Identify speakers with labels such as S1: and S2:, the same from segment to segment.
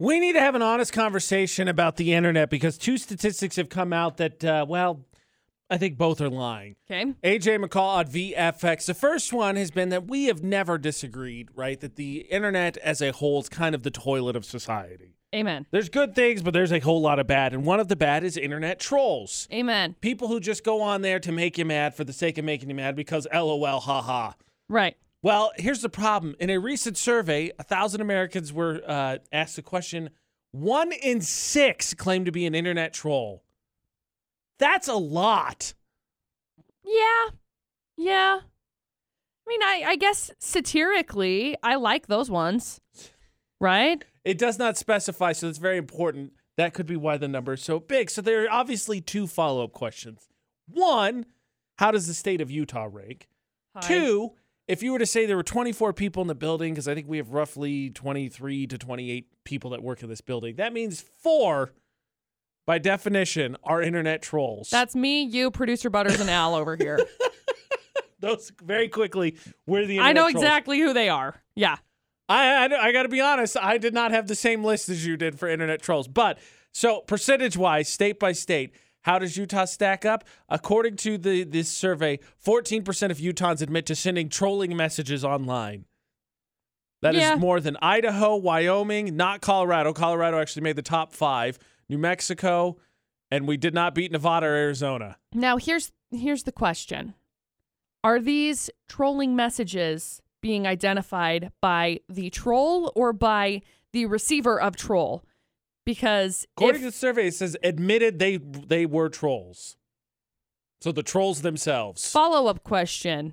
S1: We need to have an honest conversation about the internet because two statistics have come out that, uh, well, I think both are lying.
S2: Okay.
S1: AJ McCall on VFX. The first one has been that we have never disagreed, right? That the internet as a whole is kind of the toilet of society.
S2: Amen.
S1: There's good things, but there's a whole lot of bad. And one of the bad is internet trolls.
S2: Amen.
S1: People who just go on there to make you mad for the sake of making you mad because lol, haha.
S2: Right.
S1: Well, here's the problem. In a recent survey, 1,000 Americans were uh, asked the question one in six claim to be an internet troll. That's a lot.
S2: Yeah. Yeah. I mean, I, I guess satirically, I like those ones. Right?
S1: It does not specify, so that's very important. That could be why the number is so big. So there are obviously two follow up questions. One, how does the state of Utah rank? Two, if you were to say there were 24 people in the building, because I think we have roughly 23 to 28 people that work in this building, that means four, by definition, are internet trolls.
S2: That's me, you, producer Butters, and Al over here.
S1: Those very quickly were the internet
S2: I know
S1: trolls.
S2: exactly who they are. Yeah.
S1: I, I, I got to be honest, I did not have the same list as you did for internet trolls. But so percentage wise, state by state, how does Utah stack up? According to the this survey, 14% of Utahns admit to sending trolling messages online. That is
S2: Yeah.
S1: more than Idaho, Wyoming, not Colorado. Colorado actually made the top five. New Mexico, and we did not beat Nevada or Arizona.
S2: Now here's here's the question. Are these trolling messages being identified by the troll or by the receiver of troll? Because
S1: According
S2: if-
S1: to the survey, it says admitted they they were trolls. So the trolls themselves.
S2: Follow up question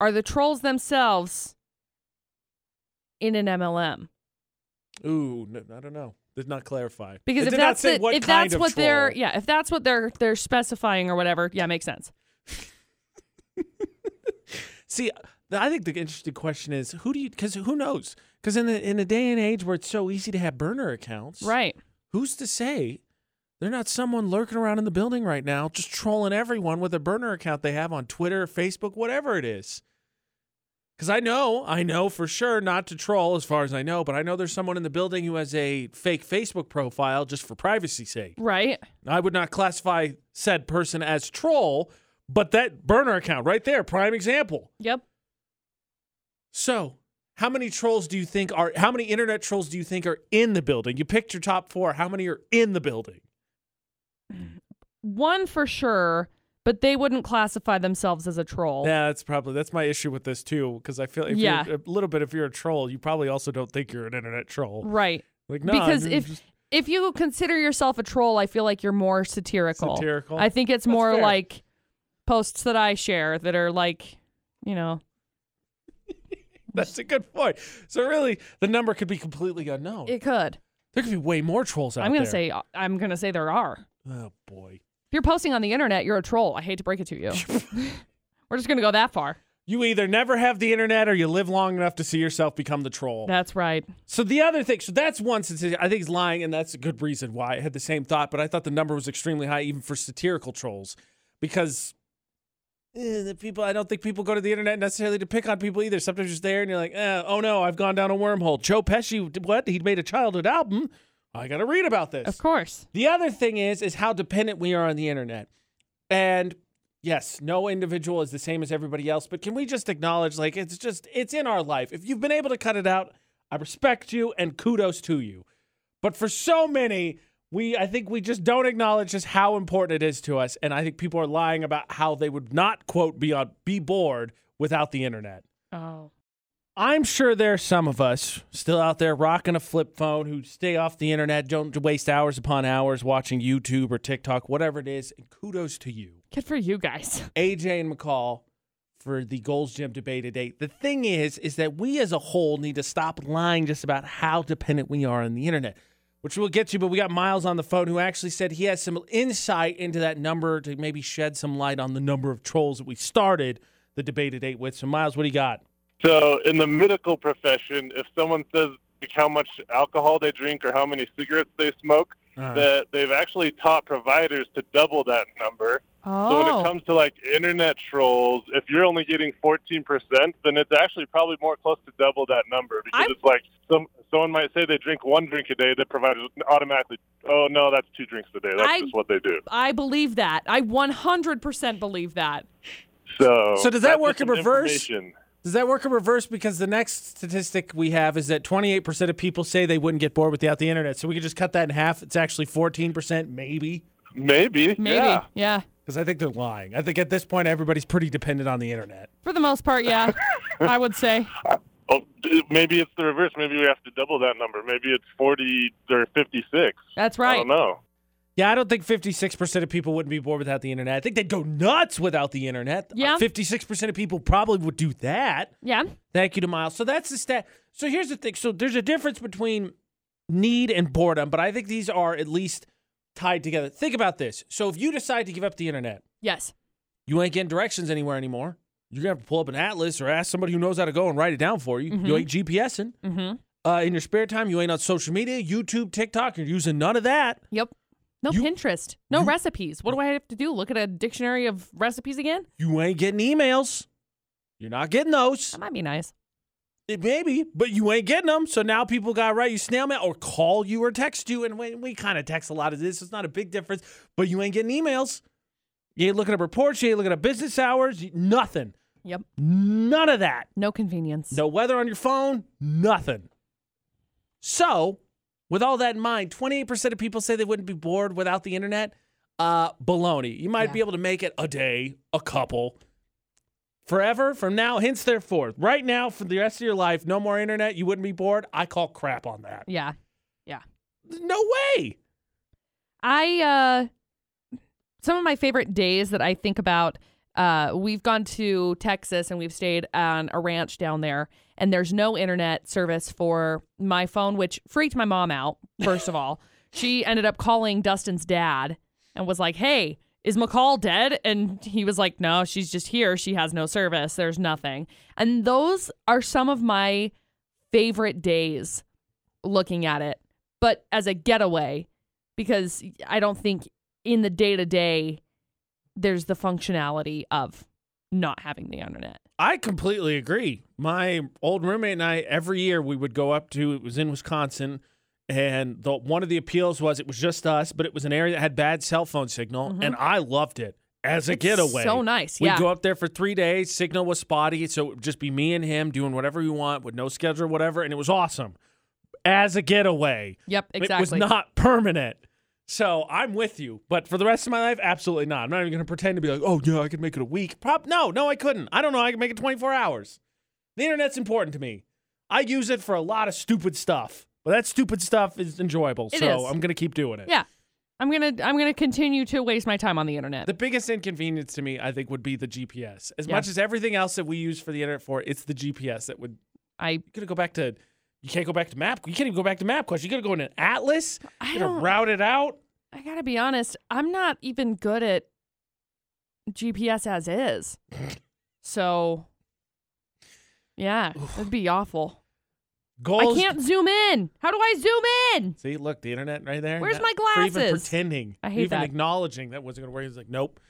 S2: Are the trolls themselves in an MLM?
S1: Ooh, no, I don't know. Did not clarify.
S2: Because
S1: It
S2: if
S1: did not
S2: that's
S1: say
S2: it,
S1: what
S2: if
S1: kind
S2: that's
S1: of
S2: what they're
S1: troll.
S2: yeah, if that's what they're they're specifying or whatever, yeah, makes sense.
S1: See, the- I think the interesting question is who do you? Because who knows? Because in the in a day and age where it's so easy to have burner accounts,
S2: Right.
S1: Who's to say they're not someone lurking around in the building right now, just trolling everyone with a burner account they have on Twitter, Facebook, whatever it is? Because I know, I know for sure not to troll as far as I know, but I know there's someone in the building who has a fake Facebook profile just for privacy's sake.
S2: Right.
S1: I would not classify said person as troll, but that burner account right there, prime example.
S2: Yep.
S1: So, how many trolls do you think are how many internet trolls do you think are in the building? You picked your top 4, how many are in the building?
S2: One for sure, but they wouldn't classify themselves as a troll.
S1: Yeah, that's probably that's my issue with this too cuz I feel if
S2: Yeah.
S1: you're a little bit if you're a troll, you probably also don't think you're an internet troll.
S2: Right.
S1: Like no,
S2: because
S1: I'm
S2: if
S1: just-
S2: if you consider yourself a troll, I feel like you're more satirical.
S1: Satirical.
S2: I think it's
S1: That's
S2: more
S1: fair.
S2: like posts that I share that are like, you know,
S1: that's a good point. So really, the number could be completely unknown.
S2: it could.
S1: there could be way more trolls out
S2: I'm gonna
S1: there.
S2: say uh, I'm gonna say there are. If
S1: Oh boy.
S2: you're posting on the internet, you're a troll. I hate to break it to you. We're just gonna go that far.
S1: You either never have the internet or you live long enough to see yourself become the troll.
S2: That's right.
S1: So the other thing, so that's one statistic. I think he's lying, and that's a good reason why. I had the same thought, but I thought the number was extremely high, even for satirical trolls, because eh, the people. I don't think people go to the internet necessarily to pick on people either. Sometimes you're just there, and you're like, eh, oh no, I've gone down a wormhole. Joe Pesci, did what? He made a childhood album. I got to read about this.
S2: Of course.
S1: The other thing is is how dependent we are on the internet. And yes, no individual is the same as everybody else, but can we just acknowledge like it's just it's in our life. If you've been able to cut it out, I respect you and kudos to you. But for so many, we I think we just don't acknowledge just how important it is to us and I think people are lying about how they would not quote be on be bored without the internet.
S2: Oh.
S1: I'm sure there are some of us still out there rocking a flip phone who stay off the internet, don't waste hours upon hours watching YouTube or TikTok, whatever it is. And kudos to you,
S2: Good for you guys.
S1: AJ and McCall, for the Goals Gym debate today. The thing is, is that we as a whole need to stop lying just about how dependent we are on the internet, which we'll get to. But we got Miles on the phone who actually said he has some insight into that number to maybe shed some light on the number of trolls that we started the debate today with. So, Miles, what do you got?
S3: So, in the medical profession, if someone says like, how much alcohol they drink or how
S1: Uh-huh.
S3: many cigarettes they smoke, that they've actually taught providers to double that number
S2: Oh.
S3: So when it comes to like internet trolls, if you're only getting 14%, then it's actually probably more close to double that number because
S2: I-
S3: it's like some someone might say they drink one drink a day, they provide automatically. Oh no, that's two drinks a day. That's
S2: I-
S3: just what they do.
S2: I believe that. I 100% believe that.
S3: So
S1: So does that
S3: that's
S1: work
S3: just
S1: in
S3: some
S1: reverse?
S3: information.
S1: Does that work in reverse? Because the next statistic we have is that 28% of people say they wouldn't get bored without the internet. So we could just cut that in half. It's actually 14%, maybe.
S3: Maybe.
S2: Maybe.
S3: Yeah.
S1: Because I think they're lying. I think at this point, everybody's pretty dependent on the internet.
S2: For the most part, yeah. I would say.
S3: Oh, d- maybe it's the reverse. Maybe we have to double that number. Maybe it's 40 or 56.
S2: That's
S3: I
S2: right.
S3: don't know.
S1: Yeah, I don't think 56% of people wouldn't be bored without the internet. I think they'd go nuts without the internet.
S2: Yeah.
S1: Uh, 56% of people probably would do that.
S2: Yeah.
S1: Thank you to Miles. So that's the stat. So here's the thing. So there's a difference between need and boredom, but I think these are at least tied together. Think about this. So if you decide to give up the internet,
S2: Yes.
S1: you ain't getting directions anywhere anymore. You're gonna have to pull up an atlas or ask somebody who knows how to go and write it down for you. You ain't GPSing.
S2: Mm-hmm.
S1: Uh, in your spare time, you ain't on social media, YouTube, TikTok. You're using none of that.
S2: Yep. No
S1: You-
S2: Pinterest. No recipes. What do I have to do? Look at a dictionary of recipes again?
S1: You ain't getting emails. You're not getting those.
S2: That might be nice.
S1: It maybe, but you ain't getting them. So now people got to write you snail mail or call you or text you. And we, we kind of text a lot of this. It's not a big difference, but you ain't getting emails. You ain't looking up reports. You ain't looking up business hours. you- Nothing.
S2: Yep.
S1: None of that.
S2: No convenience.
S1: No weather on your phone. Nothing. So, with all that in mind, 28% of people say they wouldn't be bored without the internet. Uh, baloney. You might
S2: Yeah.
S1: be able to make it a day, a couple, forever from now, hence therefore. Right now, for the rest of your life, no more internet. You wouldn't be bored. I call crap on that.
S2: Yeah.
S1: No way.
S2: I uh some of my favorite days that I think about uh we've gone to Texas and we've stayed on a ranch down there and there's no internet service for my phone which freaked my mom out first of all. She ended up calling Dustin's dad and was like, "Hey, is McCall dead?" And he was like, "No, she's just here. She has no service. There's nothing." And those are some of my favorite days looking at it. But as a getaway, because I don't think in the day to day there's the functionality of not having the internet.
S1: I completely agree. My old roommate and I, every year we would go up to, it was in Wisconsin, and the, one of the appeals was it was just us, but it was an area that had bad cell phone signal, and I loved it as a
S2: Mm-hmm. It's
S1: getaway.
S2: so nice,
S1: We'd
S2: yeah.
S1: go up there for three days, signal was spotty, so it would just be me and him doing whatever we want with no schedule or whatever, and it was awesome as a getaway.
S2: Yep, exactly.
S1: It was not permanent. So I'm with you, but for the rest of my life, absolutely not. I'm not even going to pretend to be like, oh yeah, I could make it a week. Prob- no, no, I couldn't. I don't know. I could make it 24 hours. The internet's important to me. I use it for a lot of stupid stuff, but that stupid stuff is enjoyable.
S2: It
S1: so
S2: is.
S1: I'm going to keep doing it.
S2: Yeah. I'm going to I'm going to continue to waste my time on the internet.
S1: The biggest inconvenience to me, I think, would be the GPS. As
S2: Yeah.
S1: much as everything else that we use for the internet for, it's the GPS that would.
S2: I
S1: You gotta go back to. You can't go back to map. You can't even go back to map quest. You gotta go in an atlas.
S2: I
S1: You gotta
S2: don't
S1: route it out.
S2: I got to be honest, I'm not even good at GPS as is. so yeah, it'd be awful.
S1: Goals.
S2: I can't zoom in. How do I zoom in?
S1: See, look, the internet right there.
S2: Where's
S1: Not-
S2: my
S1: For even
S2: glasses?
S1: pretending,
S2: I hate
S1: even
S2: that.
S1: acknowledging that wasn't gonna work. He's like, nope.